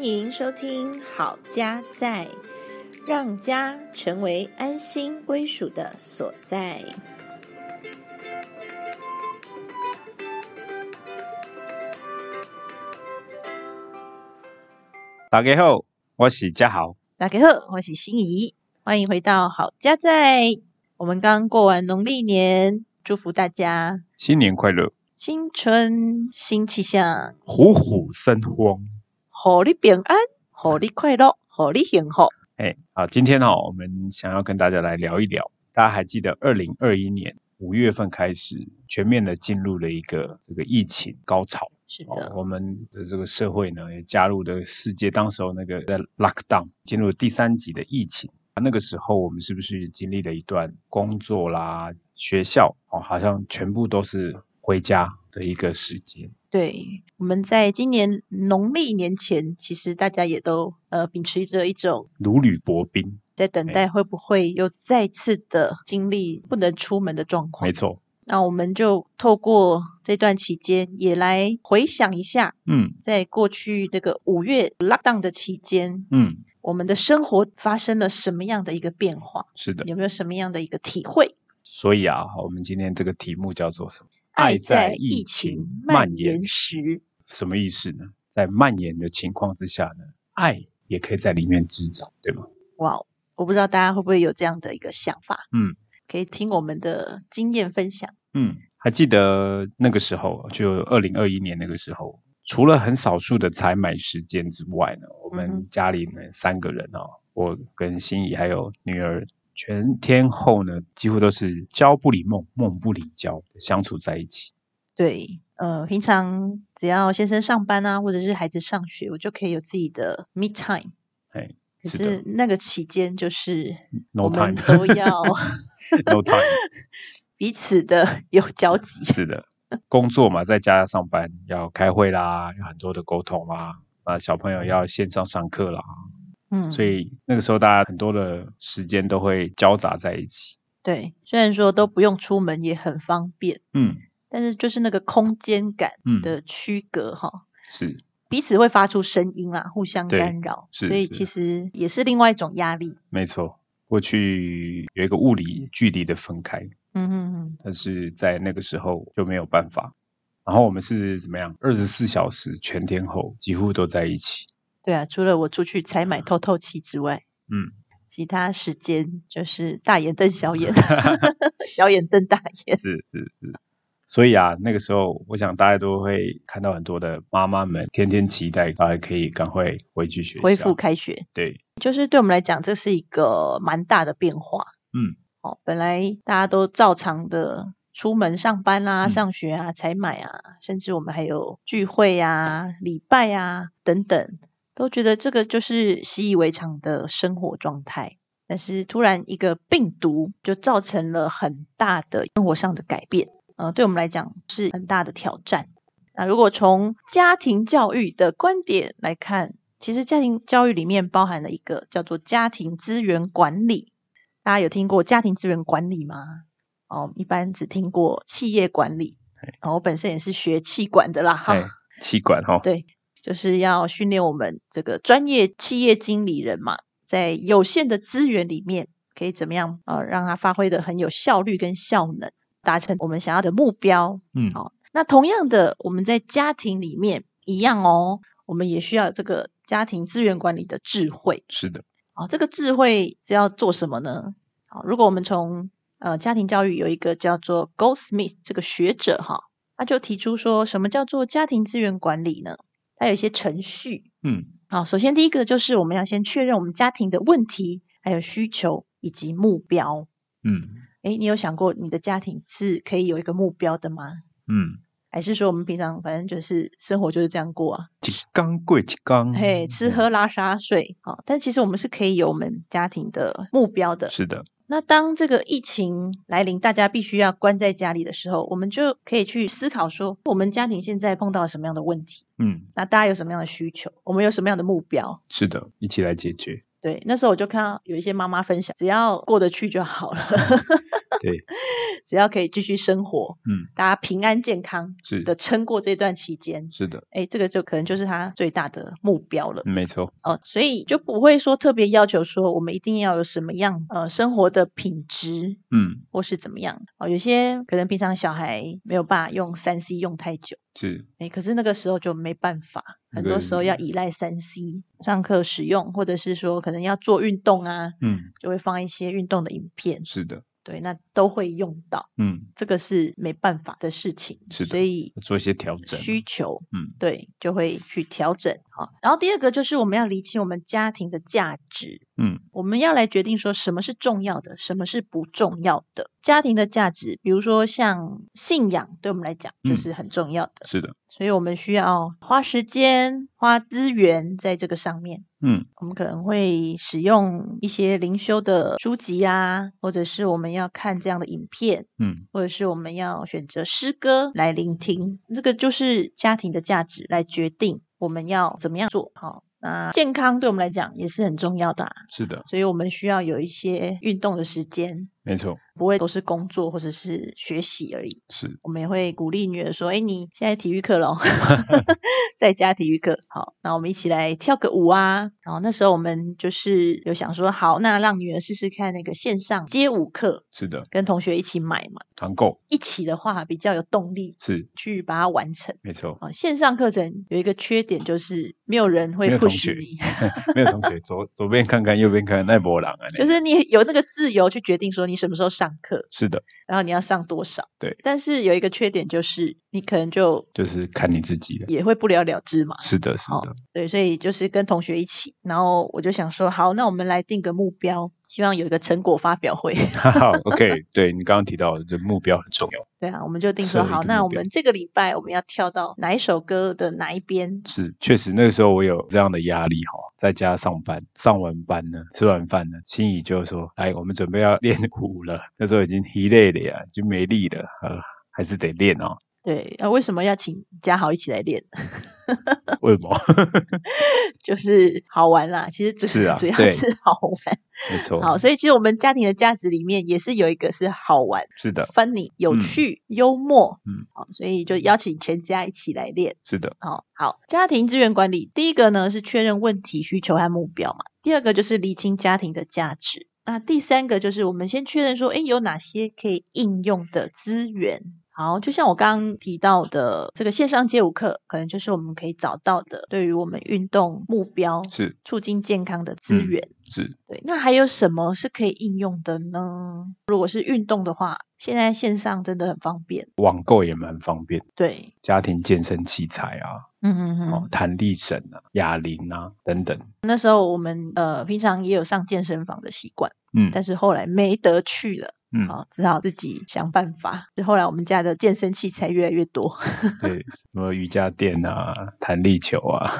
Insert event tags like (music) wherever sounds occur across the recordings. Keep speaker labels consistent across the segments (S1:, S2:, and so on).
S1: 迎收听《好家在》，让家成为安心归属的所在。
S2: 大家好，我是嘉豪。
S1: 大家好，我是心怡，欢迎回到《好家在》。我们刚过完农历年，祝福大家
S2: 新年快乐，
S1: 新春新气象，
S2: 虎虎生风。
S1: 虎力平安，虎力快乐，虎力幸福。
S2: 哎，好，今天哦，我们想要跟大家来聊一聊，大家还记得二零二一年五月份开始，全面的进入了一个这个疫情高潮。
S1: 是
S2: 哦，
S1: 的，
S2: 我们的这个社会呢，也加入了世界当时候那个在 lockdown 进入第三级的疫情。啊那个时候我们是不是经历了一段工作啦、学校哦，好像全部都是回家的一个时间？
S1: 对，我们在今年农历年前，其实大家也都呃秉持着一种
S2: 如履薄冰，
S1: 在等待会不会又再次的经历不能出门的状况
S2: 没。错。
S1: 那我们就透过这段期间，也来回想一下，
S2: 嗯
S1: 在过去这个五月 lockdown 的期间，
S2: 嗯，
S1: 我们的生活发生了什么样的一个变化？
S2: 是的。
S1: 有没有什么样的一个体会？
S2: 所以啊，我们今天这个题目叫做什么？
S1: 爱
S2: 爱在
S1: 在
S2: 疫
S1: 疫情
S2: 情
S1: 蔓
S2: 蔓
S1: 延
S2: 延
S1: 时，
S2: 什么意思呢？在蔓延的情况之下呢，爱也可以在里面滋长，对吗？
S1: 哇，我不知道大家会不会有这样的一个想法？
S2: 嗯，
S1: 可以听我们的经验分享。
S2: 嗯，还记得那个时候，就二零二一年那个时候，除了很少数的采买时间之外呢，我
S1: 嗯哼
S2: 们家里呢三个人哦，我跟心怡还有女儿，全天候呢几乎都是交不离梦，梦不离交，相处在一起。
S1: 对，呃，平常只要先生上班啊，或者是孩子上学，我就可以有自己的 me time。
S2: 哎，
S1: 可
S2: 是的嗯
S1: 是那个期间，就是我
S2: ，no
S1: 们
S2: time，
S1: 都要
S2: no time，
S1: 彼此的有交集。
S2: 是的，工作嘛，在家上班要开会啦，有很多的沟通啦，啊，小朋友要线上上课啦，
S1: 嗯，
S2: 所以那个时候大家很多的时间都会交杂在一起。
S1: 对，虽然说都不用出门也很方便，
S2: 嗯
S1: 但是就是那个空间感
S2: 嗯，
S1: 的区隔哈、
S2: 是
S1: 彼此会发出声音啦，互相
S2: 对
S1: 干扰，
S2: 是
S1: 所以
S2: 是
S1: 其实也是另外一种压力。
S2: 没错。过去有一个物理距离的分开，
S1: 嗯哼哼，
S2: 但是在那个时候就没有办法。然后我们是怎么样？二十四小时全天候几乎都在一起。
S1: 对啊，除了我出去采买透透气之外，
S2: 嗯，
S1: 其他时间就是大眼瞪小
S2: (laughs)
S1: 眼，小眼瞪大眼。
S2: 是是是。所以啊，那个时候我想大家都会看到很多的妈妈们天天期待大家可以赶快回去学校
S1: 恢复开学，
S2: 对，
S1: 就是对我们来讲，这是一个蛮大的变化。
S2: 嗯，
S1: 哦，本来大家都照常的出门上班啊、
S2: 嗯
S1: 上学啊、采买啊，甚至我们还有聚会啊、礼拜啊等等，都觉得这个就是习以为常的生活状态。但是突然一个病毒就造成了很大的生活上的改变，呃，对我们来讲是很大的挑战。那如果从家庭教育的观点来看，其实家庭教育里面包含了一个叫做家庭资源管理。大家有听过家庭资源管理吗？哦，一般只听过企业管理。然后我本身也是学气管的啦，哈
S2: 哎，，气管哈，
S1: 对就是要训练我们这个专业企业经理人嘛，在有限的资源里面，可以怎么样呃，让他发挥的很有效率跟效能，达成我们想要的目标。
S2: 嗯，
S1: 好那同样的，我们在家庭里面一样哦，我们也需要这个家庭资源管理的智慧
S2: 是的，
S1: 啊、这个智慧是要做什么呢？好、如果我们从呃家庭教育有一个叫做 Goldsmith 这个学者哈、他就提出说什么叫做家庭资源管理呢？它有一些程序。
S2: 嗯
S1: 好、首先第一个就是我们要先确认我们家庭的问题、还有需求以及目标。
S2: 嗯
S1: 诶，你有想过你的家庭是可以有一个目标的吗？
S2: 嗯，
S1: 还是说我们平常反正就是生活就是这样过啊？
S2: 一缸贵一缸，嗯
S1: 嘿，吃喝拉撒睡，好、但其实我们是可以有我们家庭的目标的。
S2: 是的，
S1: 那当这个疫情来临，大家必须要关在家里的时候，我们就可以去思考说，我们家庭现在碰到了什么样的问题？
S2: 嗯，
S1: 那大家有什么样的需求？我们有什么样的目标？
S2: 是的，一起来解决。
S1: 对，那时候我就看到有一些妈妈分享，只要过得去就好了。
S2: (laughs) 对，
S1: (laughs) 只要可以继续生活，
S2: 嗯，
S1: 大家平安健康
S2: 是
S1: 的撑过这段期间，
S2: 是的，
S1: 哎，这个就可能就是他最大的目标了。
S2: 嗯没错，
S1: 哦，所以就不会说特别要求说我们一定要有什么样呃生活的品质
S2: 嗯，
S1: 或是怎么样哦，有些可能平常小孩没有办法用三 C 用太久，
S2: 是
S1: 哎，可是那个时候就没办法，很
S2: 那
S1: 多
S2: 个
S1: 时候要依赖三 C 上课使用，或者是说可能要做运动啊，
S2: 嗯，
S1: 就会放一些运动的影片，
S2: 是的，
S1: 对，那都会用到，
S2: 嗯，
S1: 这个是没办法的事情，
S2: 是的
S1: 所以
S2: 做一些调整，
S1: 需求，
S2: 嗯，
S1: 对，就会去调整好。然后第二个就是我们要厘清我们家庭的价值，
S2: 嗯，
S1: 我们要来决定说什么是重要的，什么是不重要的。家庭的价值，比如说像信仰，对我们来讲就
S2: 嗯
S1: 是很重要的，
S2: 是的，
S1: 所以我们需要花时间、花资源在这个上面。
S2: 嗯，
S1: 我们可能会使用一些灵修的书籍啊，或者是我们要看这样的影片，
S2: 嗯，
S1: 或者是我们要选择诗歌来聆听。这个就是家庭的价值来决定我们要怎么样做。好，那健康对我们来讲也是很重要的啊、
S2: 是的，
S1: 所以我们需要有一些运动的时间，
S2: 没错，
S1: 不会都是工作或者是学习而已。
S2: 是，
S1: 我们也会鼓励女儿说：“哎，你现在体育课
S2: (laughs)
S1: 喽， (laughs) 在家体育课，好，那我们一起来跳个舞啊。”然后那时候我们就是有想说，好，那让女儿试试看那个线上街舞课，
S2: 是的，
S1: 跟同学一起买嘛，
S2: 团购
S1: 一起的话比较有动力
S2: 是
S1: 去把它完成。
S2: 没错，
S1: 啊，线上课程有一个缺点就是没有人会
S2: 没有同
S1: push
S2: 学 (laughs)
S1: 你，
S2: 没有同
S1: (laughs)
S2: 学左左边看看，右边看看，那波浪啊，那
S1: 就是你有那个自由去决定说你什么时候上课，
S2: 是的，
S1: 然后你要上多少。
S2: 对，
S1: 但是有一个缺点就是你可能就
S2: 就是看你自己的，
S1: 也会不了了之嘛。
S2: 是的，是
S1: 好
S2: 的，
S1: 对，所以就是跟同学一起，然后我就想说，好，那我们来定个目标，希望有一个成果发表会。 (laughs)
S2: 哈 (laughs) 哈，OK，对你刚刚提到的这目标很重要，
S1: 对啊，我们就定说
S2: 设了一
S1: 好，
S2: 个
S1: 那
S2: 目
S1: 我
S2: 标
S1: 们这个礼拜我们要跳到哪一首歌的哪一边？
S2: 是确实那个时候我有这样的压力哈，在家上班，上完班呢，吃完饭呢，心仪就说，哎，我们准备要练舞了， (laughs) 那时候已经疲累了呀，已经没力了，呃，还是得练
S1: (laughs)
S2: 哦，
S1: 对，呃，为什么要请嘉豪一起来练？ (laughs)
S2: 为什么？ (laughs)
S1: 就是好玩啦，其实主
S2: 是啊
S1: (laughs) 主要
S2: 对哦
S1: 是好玩。
S2: 没错，
S1: 好，所以其实我们家庭的价值里面也是有一个是好玩、
S2: 是的，
S1: funny、有
S2: 嗯
S1: 趣、幽默。
S2: 嗯，
S1: 好，所以就邀请全家一起来练。
S2: 是的，
S1: 好哦好，家庭资源管理，第一个呢是确认问题、需求和目标嘛，第二个就是厘清家庭的价值，那第三个就是我们先确认说，诶，有哪些可以应用的资源。好，就像我刚刚提到的，这个线上街舞课，可能就是我们可以找到的，对于我们运动目标、
S2: 是
S1: 促进健康的资
S2: 嗯
S1: 源。
S2: 是，
S1: 对，那还有什么是可以应用的呢？如果是运动的话，现在线上真的很方便。
S2: 网购也蛮方便，
S1: 对，
S2: 家庭健身器材啊，
S1: 嗯嗯嗯。
S2: 哦，弹力绳啊、哑铃啊等等。
S1: 那时候我们呃平常也有上健身房的习惯，
S2: 嗯
S1: 但是后来没得去了，
S2: 嗯，
S1: 啊，只好自己想办法。就后来我们家的健身器材越来越多，
S2: (laughs) 对，什么瑜伽垫啊、弹力球啊，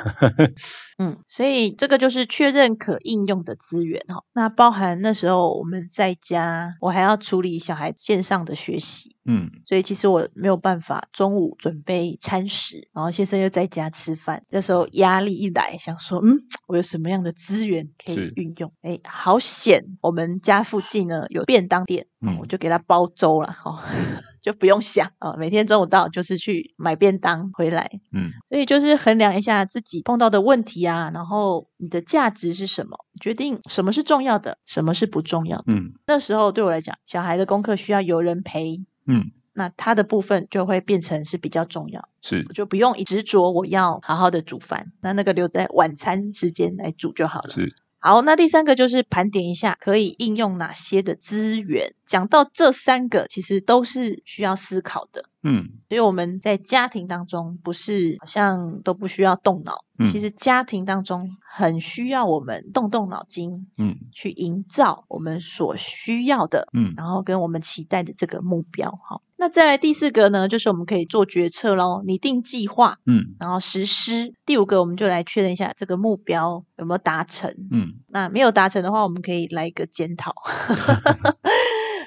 S2: (laughs)
S1: 嗯，所以这个就是确认可应用的资源哈。那包含那时候我们在家，我还要处理小孩线上的学习，
S2: 嗯，
S1: 所以其实我没有办法中午准备餐食，然后先生又在家吃饭，那时候压力一来，想说，嗯，我有什么样的资源可以
S2: 是
S1: 运用？哎，好险，我们家附近呢有便当店，
S2: 嗯
S1: 我就给他包粥了，哈、 (laughs) 就不用想啊、每天中午到就是去买便当回来，
S2: 嗯，
S1: 所以就是衡量一下自己碰到的问题啊，然后你的价值是什么，决定什么是重要的，什么是不重要的。
S2: 嗯
S1: 那时候对我来讲，小孩的功课需要有人陪，
S2: 嗯，
S1: 那它的部分就会变成是比较重要，
S2: 是
S1: 我就不用执着我要好好的煮饭，那那个留在晚餐时间来煮就好了。
S2: 是，
S1: 好，那第三个就是盘点一下可以应用哪些的资源。讲到这三个，其实都是需要思考的，
S2: 嗯
S1: 所以我们在家庭当中不是好像都不需要动脑，
S2: 嗯
S1: 其实家庭当中很需要我们动动脑筋
S2: 嗯
S1: 去营造我们所需要的
S2: 嗯，
S1: 然后跟我们期待的这个目标哈。那再来第四个呢，就是我们可以做决策喽，拟定计划，
S2: 嗯
S1: 然后实施。第五个，我们就来确认一下这个目标有没有达成。
S2: 嗯
S1: 那没有达成的话，我们可
S2: (laughs)
S1: 以来一个检讨，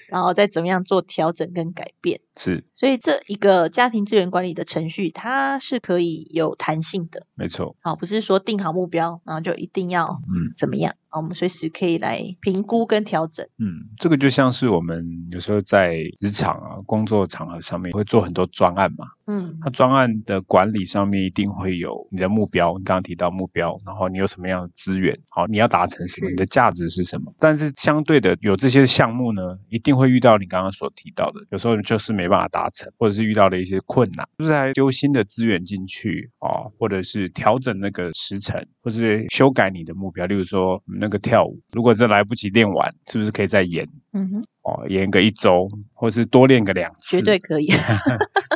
S1: 然后再怎么样做调整跟改变。
S2: 是
S1: 所以这一个家庭资源管理的程序，它是可以有弹性的，
S2: 没错，
S1: 好，不是说定好目标，然后就一定要
S2: 嗯
S1: 怎么样，啊，我们随时可以来评估跟调整。
S2: 嗯，这个就像是我们有时候在职场啊、工作场合上面会做很多专案嘛，
S1: 嗯
S2: 那专案的管理上面一定会有你的目标，你刚刚提到目标，然后你有什么样的资源，好，你要达成什么，
S1: 是
S2: 你的价值是什么。但是相对的，有这些项目呢，一定会遇到你刚刚所提到的，有时候就是没办法达成，或者是遇到了一些困难，就是还丢新的资源进去哦，或者是调整那个时程，或是修改你的目标，例如说嗯那个跳舞，如果这来不及练完，是不是可以再延？
S1: 嗯哼，
S2: 哦，延个一周，或是多练个两次，
S1: 绝对可以。 (laughs)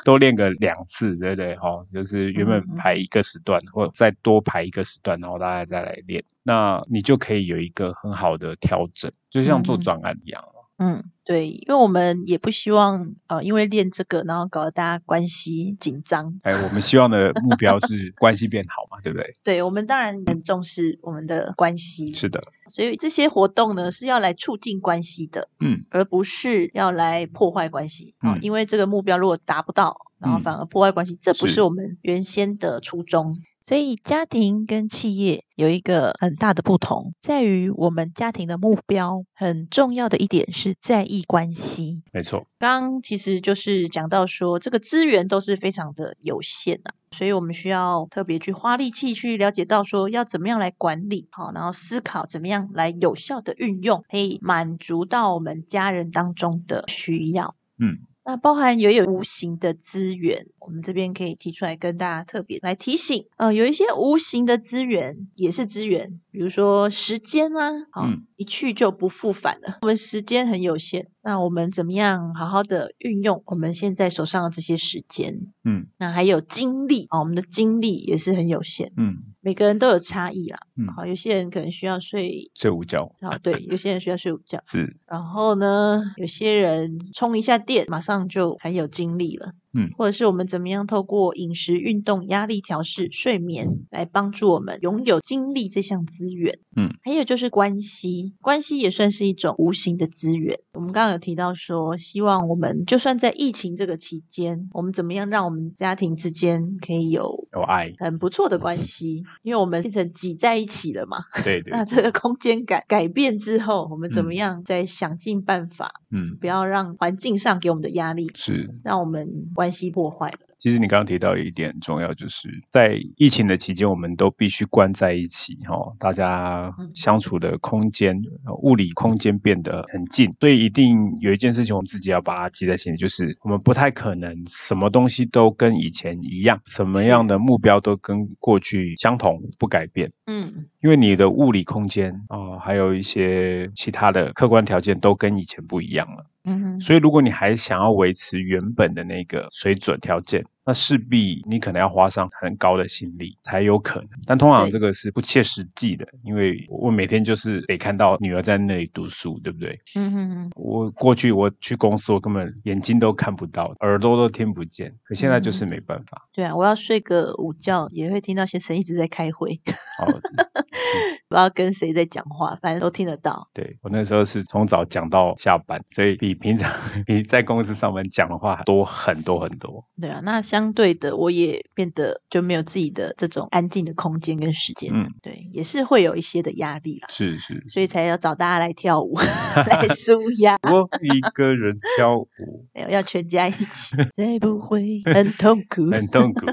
S2: 多练个两次，对不对？哦，就是原
S1: 嗯嗯
S2: 本
S1: 嗯
S2: 排一个时段，或者再多排一个时段，然后大家再来练，那你就可以有一个很好的调整，就像做
S1: 嗯嗯
S2: 专案一样。
S1: 嗯，对，因为我们也不希望呃，因为练这个，然后搞得大家关系紧张。
S2: 哎，我们希望的目标是关系变好嘛，对不对？
S1: 对我们当然很重视我们的关系，
S2: 是的，
S1: 所以这些活动呢是要来促进关系的，
S2: 嗯，
S1: 而不是要来破坏关系啊、
S2: 嗯
S1: 因为这个目标如果达不到，然后
S2: 嗯
S1: 反而破坏关系，这不
S2: 是
S1: 是我们原先的初衷。所以家庭跟企业有一个很大的不同，在于我们家庭的目标很重要的一点是在意关系，
S2: 没错，
S1: 刚其实就是讲到说，这个资源都是非常的有限啊，所以我们需要特别去花力气去了解到说要怎么样来管理好，然后思考怎么样来有效的运用，可以满足到我们家人当中的需要。
S2: 嗯，
S1: 那包含也有无形的资源，我们这边可以提出来跟大家特别来提醒。呃，有一些无形的资源也是资源，比如说时间啊，好、
S2: 嗯
S1: 一去就不复返了。我们时间很有限，那我们怎么样好好的运用我们现在手上的这些时间？
S2: 嗯
S1: 那还有精力啊、我们的精力也是很有限，
S2: 嗯，
S1: 每个人都有差异啦。
S2: 嗯
S1: 好，有些人可能需要睡，
S2: 睡午觉
S1: 啊，对，有些人需要睡午觉。
S2: 是，
S1: 然后呢，有些人充一下电，马上就很有精力了。
S2: 嗯，
S1: 或者是我们怎么样透过饮食、运动、压力调试、睡眠来帮助我们拥有精力这项资源。
S2: 嗯，
S1: 还有就是关系，关系也算是一种无形的资源。我们刚刚有提到说，希望我们就算在疫情这个期间，我们怎么样让我们家庭之间可以有。
S2: 有爱，
S1: 很不错的关系，因为我们变成挤在一起了嘛，
S2: 对对
S1: 那，这个空间感改变之后，我们怎么
S2: 嗯
S1: 样再想尽办法，
S2: 嗯，
S1: 不要让环境上给我们的压力，
S2: 是。
S1: 让我们关系破坏了。
S2: 其实你刚刚提到一点很重要，就是在疫情的期间，我们都必须关在一起，哈、哦，大家
S1: 嗯
S2: 相处的空间、呃物理空间变得很近，所以一定有一件事情我们自己要把它记在心里，就是我们不太可能什么东西都跟以前一样，什么
S1: 是
S2: 样的目标都跟过去相同，不改变。
S1: 嗯，
S2: 因为你的物理空间啊、哦还有一些其他的客观条件都跟以前不一样了。
S1: 嗯哼，
S2: 所以，如果你还想要维持原本的那个水准条件，那势必你可能要花上很高的心力才有可能。但通常
S1: 对
S2: 这个是不切实际的，因为我每天就是得看到女儿在那里读书，对不对？
S1: 嗯哼哼，
S2: 我过去我去公司，我根本眼睛都看不到，耳朵都听不见，可现在
S1: 嗯
S2: 就是没办法。
S1: 对啊，我要睡个午觉，也会听到先生一直在开会， (laughs)
S2: 哦， (laughs)
S1: 不知道跟谁在讲话，反正都听得到。
S2: 对我那时候是从早讲到下班，所以比平常 (laughs) 比在公司上班讲的话多很多很多。
S1: 对啊，那相对的，我也变得就没有自己的这种安静的空间跟时间了。
S2: 嗯
S1: 对，也是会有一些的压力啦，
S2: 是是，
S1: 所以才要找大家来跳
S2: (laughs)
S1: 舞 (laughs) 来舒压。
S2: 我一个人跳舞。
S1: 没有，要全家一起，才不会很痛苦。
S2: (laughs) 很痛苦。
S1: (laughs)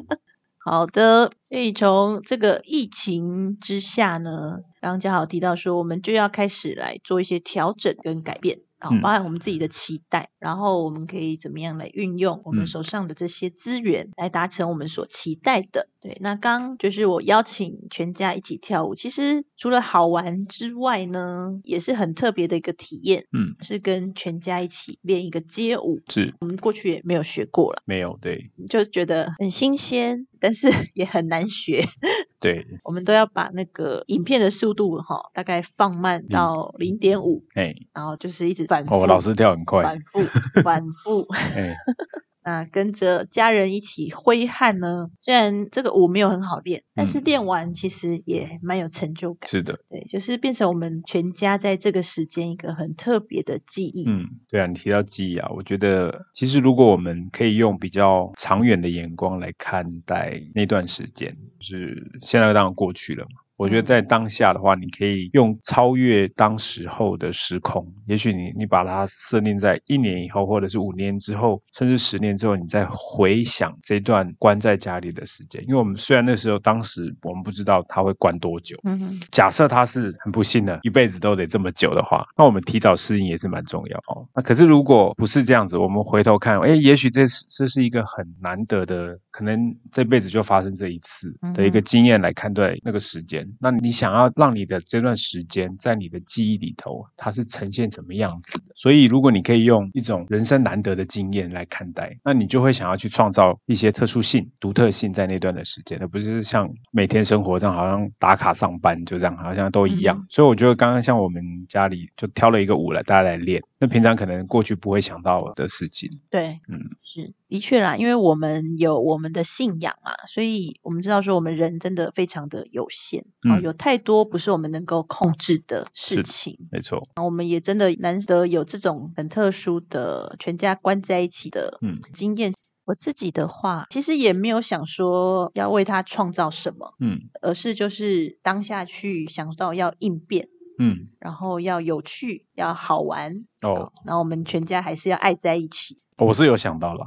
S1: 好的，所以从这个疫情之下呢，刚刚嘉豪提到说，我们就要开始来做一些调整跟改变。啊，
S2: 嗯
S1: 包含我们自己的期待，然后我们可以怎么样来运用我们
S2: 嗯
S1: 手上的这些资源，来达成我们所期待的。对，那刚就是我邀请全家一起跳舞，其实除了好玩之外呢，也是很特别的一个体验，
S2: 嗯，
S1: 是跟全家一起练一个街舞，
S2: 是
S1: 我们过去也没有学过了，
S2: 没有对
S1: 就觉得很新鲜，但是 (laughs) 也很难学。
S2: 对，
S1: 我们都要把那个影片的速度哈、大概放慢
S2: 嗯
S1: 到零点五，
S2: 哎
S1: 然后就是一直反复。
S2: 哦，老师跳很快，
S1: 反复，反复。 (laughs)
S2: 哎，
S1: 那跟着家人一起挥汗呢，虽然这个舞没有很好练，但是
S2: 嗯
S1: 练完其实也蛮有成就感。
S2: 是的，
S1: 对，就是变成我们全家在这个时间一个很特别的记忆。
S2: 嗯，对啊，你提到记忆啊，我觉得其实如果我们可以用比较长远的眼光来看待那段时间，就是现在当然过去了嘛。我觉得
S1: 嗯
S2: 在当下的话，你可以用超越当时候的时空，也许你你把它设定在一年以后，或者是五年之后，甚至十年之后，你再回想这段关在家里的时间。因为我们虽然那时候当时我们不知道它会关多久，
S1: 嗯哼，
S2: 假设他是很不幸的，一辈子都得这么久的话，那我们提早适应也是蛮重要哦。那可是如果不是这样子，我们回头看，哎，也许这是这是一个很难得的，可能这辈子就发生这一次的一个
S1: 嗯哼
S2: 经验来看待那个时间。那你想要让你的这段时间在你的记忆里头，它是呈现什么样子的？所以如果你可以用一种人生难得的经验来看待，那你就会想要去创造一些特殊性、独特性在那段的时间，而不是像每天生活上好像打卡上班就这样，好像都一样。
S1: 嗯
S2: 所以我觉得刚刚像我们家里就挑了一个舞来大家来练，那平常可能过去不会想到的事情。
S1: 对，
S2: 嗯，
S1: 是的确啦，因为我们有我们的信仰嘛，所以我们知道说我们人真的非常的有限，啊，
S2: 嗯
S1: 有太多不是我们能够控制的
S2: 是
S1: 事情。
S2: 没错，
S1: 我们也真的难得有这种很特殊的全家关在一起的
S2: 嗯
S1: 经验。我自己的话，其实也没有想说要为他创造什么，
S2: 嗯
S1: 而是就是当下去想到要应变，
S2: 嗯，
S1: 然后要有趣，要好玩。
S2: 哦，
S1: 然后我们全家还是要爱在一起，
S2: 我是有想到了，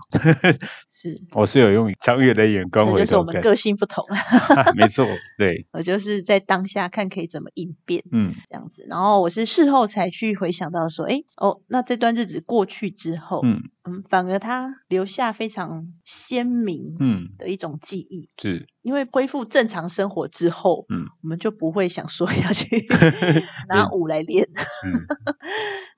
S1: 是，
S2: 我是有用长远的眼光
S1: 这
S2: 回
S1: 就是
S2: 头
S1: 我们
S2: 看，
S1: 个性不同。
S2: (laughs)
S1: 啊
S2: 没错，对，
S1: 我就是在当下看可以怎么应变
S2: 嗯
S1: 这样子，然后我是事后才去回想到说，诶，哦，那这段日子过去之后，
S2: 嗯
S1: 嗯，反而它留下非常鲜明
S2: 嗯，
S1: 的一种记忆。
S2: 是，
S1: 因为恢复正常生活之后，
S2: 嗯，
S1: 我们就不会想说要
S2: (laughs)
S1: 去拿
S2: 嗯
S1: 舞来练，
S2: 嗯，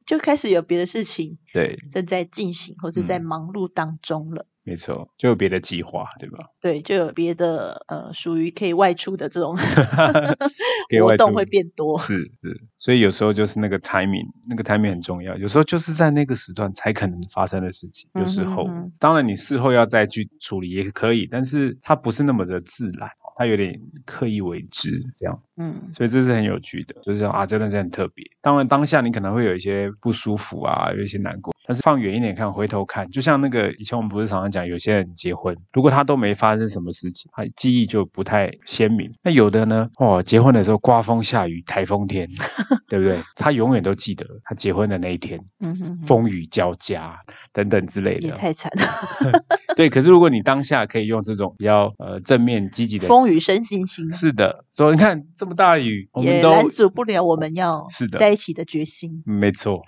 S1: 就开始有别的事情
S2: 对，
S1: 正在进行或是在
S2: 嗯
S1: 忙碌当中了。
S2: 没错，就有别的计划，对吧？
S1: 对，就有别的呃，属于可以外出的这
S2: (laughs)
S1: 种
S2: 可以外
S1: 活动
S2: 出
S1: 会变多。
S2: 是是，所以有时候就是那个 timing，那个 timing 很重要。有时候就是在那个时段才可能发生的事情。有时候，
S1: 嗯哼哼
S2: 当然你事后要再去处理也可以，但是它不是那么的自然，它有点刻意为之这样。
S1: 嗯
S2: 所以这是很有趣的，就是说啊，这段是很特别。当然当下你可能会有一些不舒服啊，有一些难过，但是放远一点看，回头看，就像那个以前我们不是常常讲，有些人结婚，如果他都没发生什么事情，他记忆就不太鲜明。那有的呢，哦，结婚的时候刮风下雨、台风
S1: (laughs)
S2: 天，对不对？他永远都记得他结婚的那一天，
S1: 嗯哼哼，
S2: 风雨交加等等之类
S1: 也
S2: 的。
S1: 太惨了，
S2: 对，可是如果你当下可以用这种比较呃正面积极的。
S1: (laughs) 风雨生信心，
S2: 是的，所以你看这么大的雨，我们
S1: 也
S2: 都哦
S1: 拦阻不了我们要
S2: 是的
S1: 在一起的决心。
S2: 没错，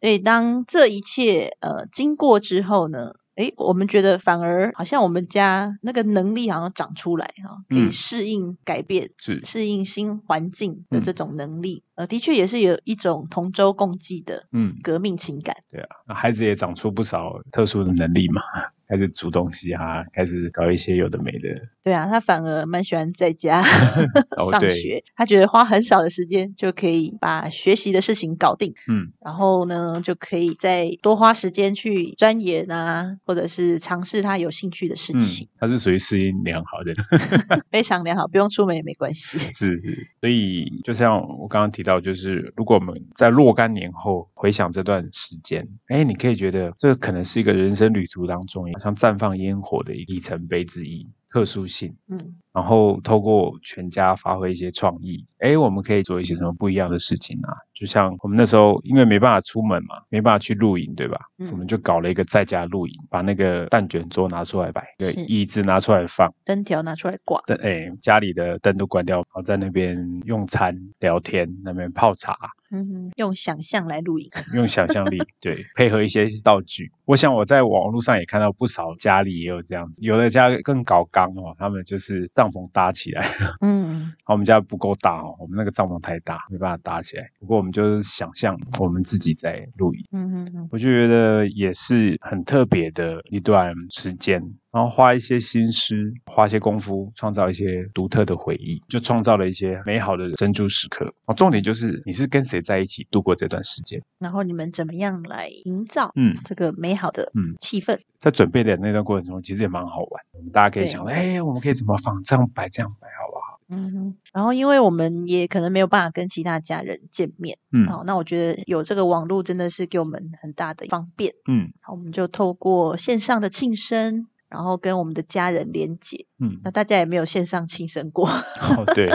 S1: 所以当这一切呃经过之后呢，诶，我们觉得反而好像我们家那个能力好像长出来哈、可以
S2: 嗯
S1: 适应改变、
S2: 是
S1: 适应新环境的这
S2: 嗯
S1: 种能力，呃，的确也是有一种同舟共济的
S2: 嗯，
S1: 革命情感。
S2: 对啊，那孩子也长出不少特殊的能力嘛，开始煮东西啊，开始搞一些有的没的，
S1: 对啊，他反而蛮喜欢在
S2: (laughs)
S1: 家上
S2: 哦对
S1: 学，他觉得花很少的时间就可以把学习的事情搞定，
S2: 嗯
S1: 然后呢就可以再多花时间去钻研啊，或者是尝试他有兴趣的事
S2: 嗯
S1: 情，，
S2: 他是属于适应良好的， (laughs) 嗯
S1: (laughs) 非常良好，不用出门也没关系。
S2: 是是，所以就像我刚刚提到，就是如果我们在若干年后回想这段时间，哎，你可以觉得这可能是一个人生旅途当中好像绽放烟火的一个里程碑之一，特殊性。
S1: 嗯，
S2: 然后透过全家发挥一些创意，诶，我们可以做一些什么不一样的事情啊？就像我们那时候，因为没办法出门嘛，没办法去露营，对吧？
S1: 嗯
S2: 我们就搞了一个在家露营，把那个蛋卷桌拿出来摆，对，
S1: 是
S2: 椅子拿出来放，
S1: 灯条拿出来挂，
S2: 灯诶，家里的灯都关掉，然后在那边用餐、聊天，那边泡茶，
S1: 嗯哼，用想象来
S2: (laughs)
S1: 录影，
S2: 用想象力，对，配合一些道具。我想我在网络上也看到不少家里也有这样子，有的家更搞刚哦，他们就是帐篷搭起来。
S1: 嗯，
S2: 啊，我们家不够大哦，我们那个帐篷太大，没办法搭起来。不过我们就是想象我们自己在露营，
S1: 嗯嗯嗯，
S2: 我就觉得也是很特别的一段时间。然后花一些心思，花一些功夫，创造一些独特的回忆，就创造了一些美好的珍珠时刻。哦，重点就是你是跟谁在一起度过这段时间。
S1: 然后你们怎么样来营造
S2: 嗯，
S1: 这个美好的
S2: 嗯
S1: 气氛。
S2: 在准备的那段过程中，其实也蛮好玩。我们大家可以
S1: 对
S2: 想，哎、我们可以怎么仿这样摆这样摆，好不好？
S1: 嗯哼，然后因为我们也可能没有办法跟其他家人见面，
S2: 嗯
S1: 好，那我觉得有这个网络真的是给我们很大的方便，
S2: 嗯
S1: 好我们就透过线上的庆生，然后跟我们的家人连结。
S2: 嗯
S1: 那，大家也没有线上庆生过，
S2: (laughs) 哦对，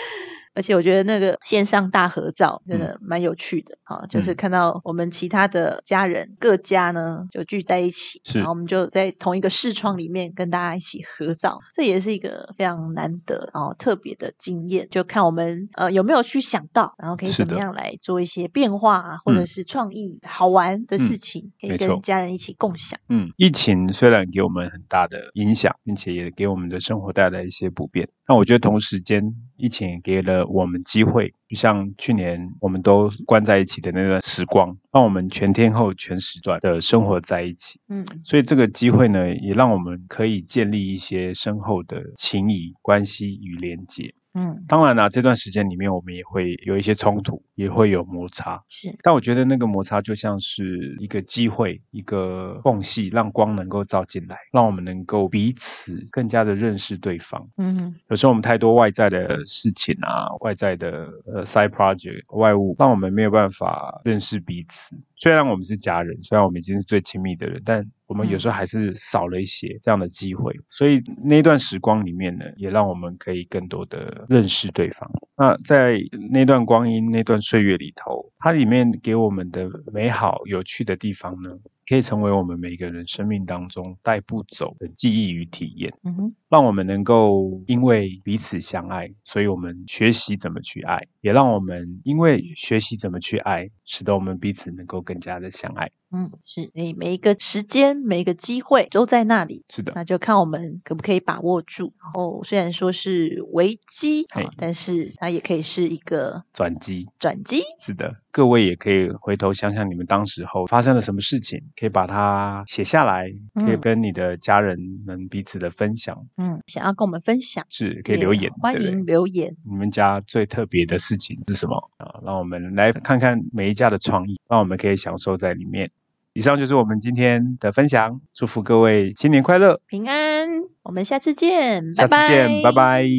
S1: (laughs) 而且我觉得那个线上大合照真的蛮有趣的啊、就是
S2: 嗯
S1: 看到我们其他的家人各家呢就聚在一起，
S2: 是
S1: 然后我们就在同一个视窗里面跟大家一起合照，这也是一个非常难得然后特别的经验，就看我们呃有没有去想到，然后可以
S2: 是
S1: 怎么
S2: 的
S1: 样来做一些变化啊，或者
S2: 嗯
S1: 是创意、好玩的事
S2: 嗯
S1: 情，可
S2: 没
S1: 以
S2: 错
S1: 跟家人一起共享。
S2: 嗯，疫情虽然给我们很大的影响，并且也给我们的生活带来一些不便，那我觉得同时间，疫情也给了我们机会，就像去年我们都关在一起的那段时光，让我们全天候、全时段的生活在一起。
S1: 嗯，
S2: 所以这个机会呢，也让我们可以建立一些深厚的情谊、关系与连结。
S1: 嗯，
S2: 当然啦、啊这段时间里面，我们也会有一些冲突，也会有摩擦。
S1: 是，
S2: 但我觉得那个摩擦就像是一个机会，一个缝隙，让光能够照进来，让我们能够彼此更加的认识对方。
S1: 嗯
S2: 有时候我们太多外在的事情啊，外在的呃 side project 外物，让我们没有办法认识彼此。虽然我们是家人，虽然我们已经是最亲密的人，但我们有时候还是少了一些这样的机会。所以那段时光里面呢，也让我们可以更多的认识对方。那在那段光阴、那段岁月里头，它里面给我们的美好、有趣的地方呢，可以成为我们每个人生命当中带不走的记忆与体验。
S1: 嗯哼，
S2: 让我们能够因为彼此相爱，所以我们学习怎么去爱，也让我们因为学习怎么去爱，使得我们彼此能够更加的相爱。
S1: 嗯，是，你每一个时间、每一个机会都在那里，
S2: 是的，
S1: 那就看我们可不可以把握住。然后虽然说是危机，
S2: 嘿
S1: 啊但是它也可以是一个
S2: 转机
S1: 转机。
S2: 是的，各位也可以回头想想你们当时候发生了什么事情，可以把它写下来，
S1: 嗯
S2: 可以跟你的家人们彼此的分享，
S1: 嗯，想要跟我们分享，
S2: 是可以
S1: 也
S2: 留言，
S1: 欢
S2: 对不对
S1: 迎留言。
S2: 你们家最特别的事情是什么啊？让我们来看看每一家的创意，让我们可以享受在里面。以上就是我们今天的分享，祝福各位新年快乐，
S1: 平安，我们下次见，
S2: 下次见，拜拜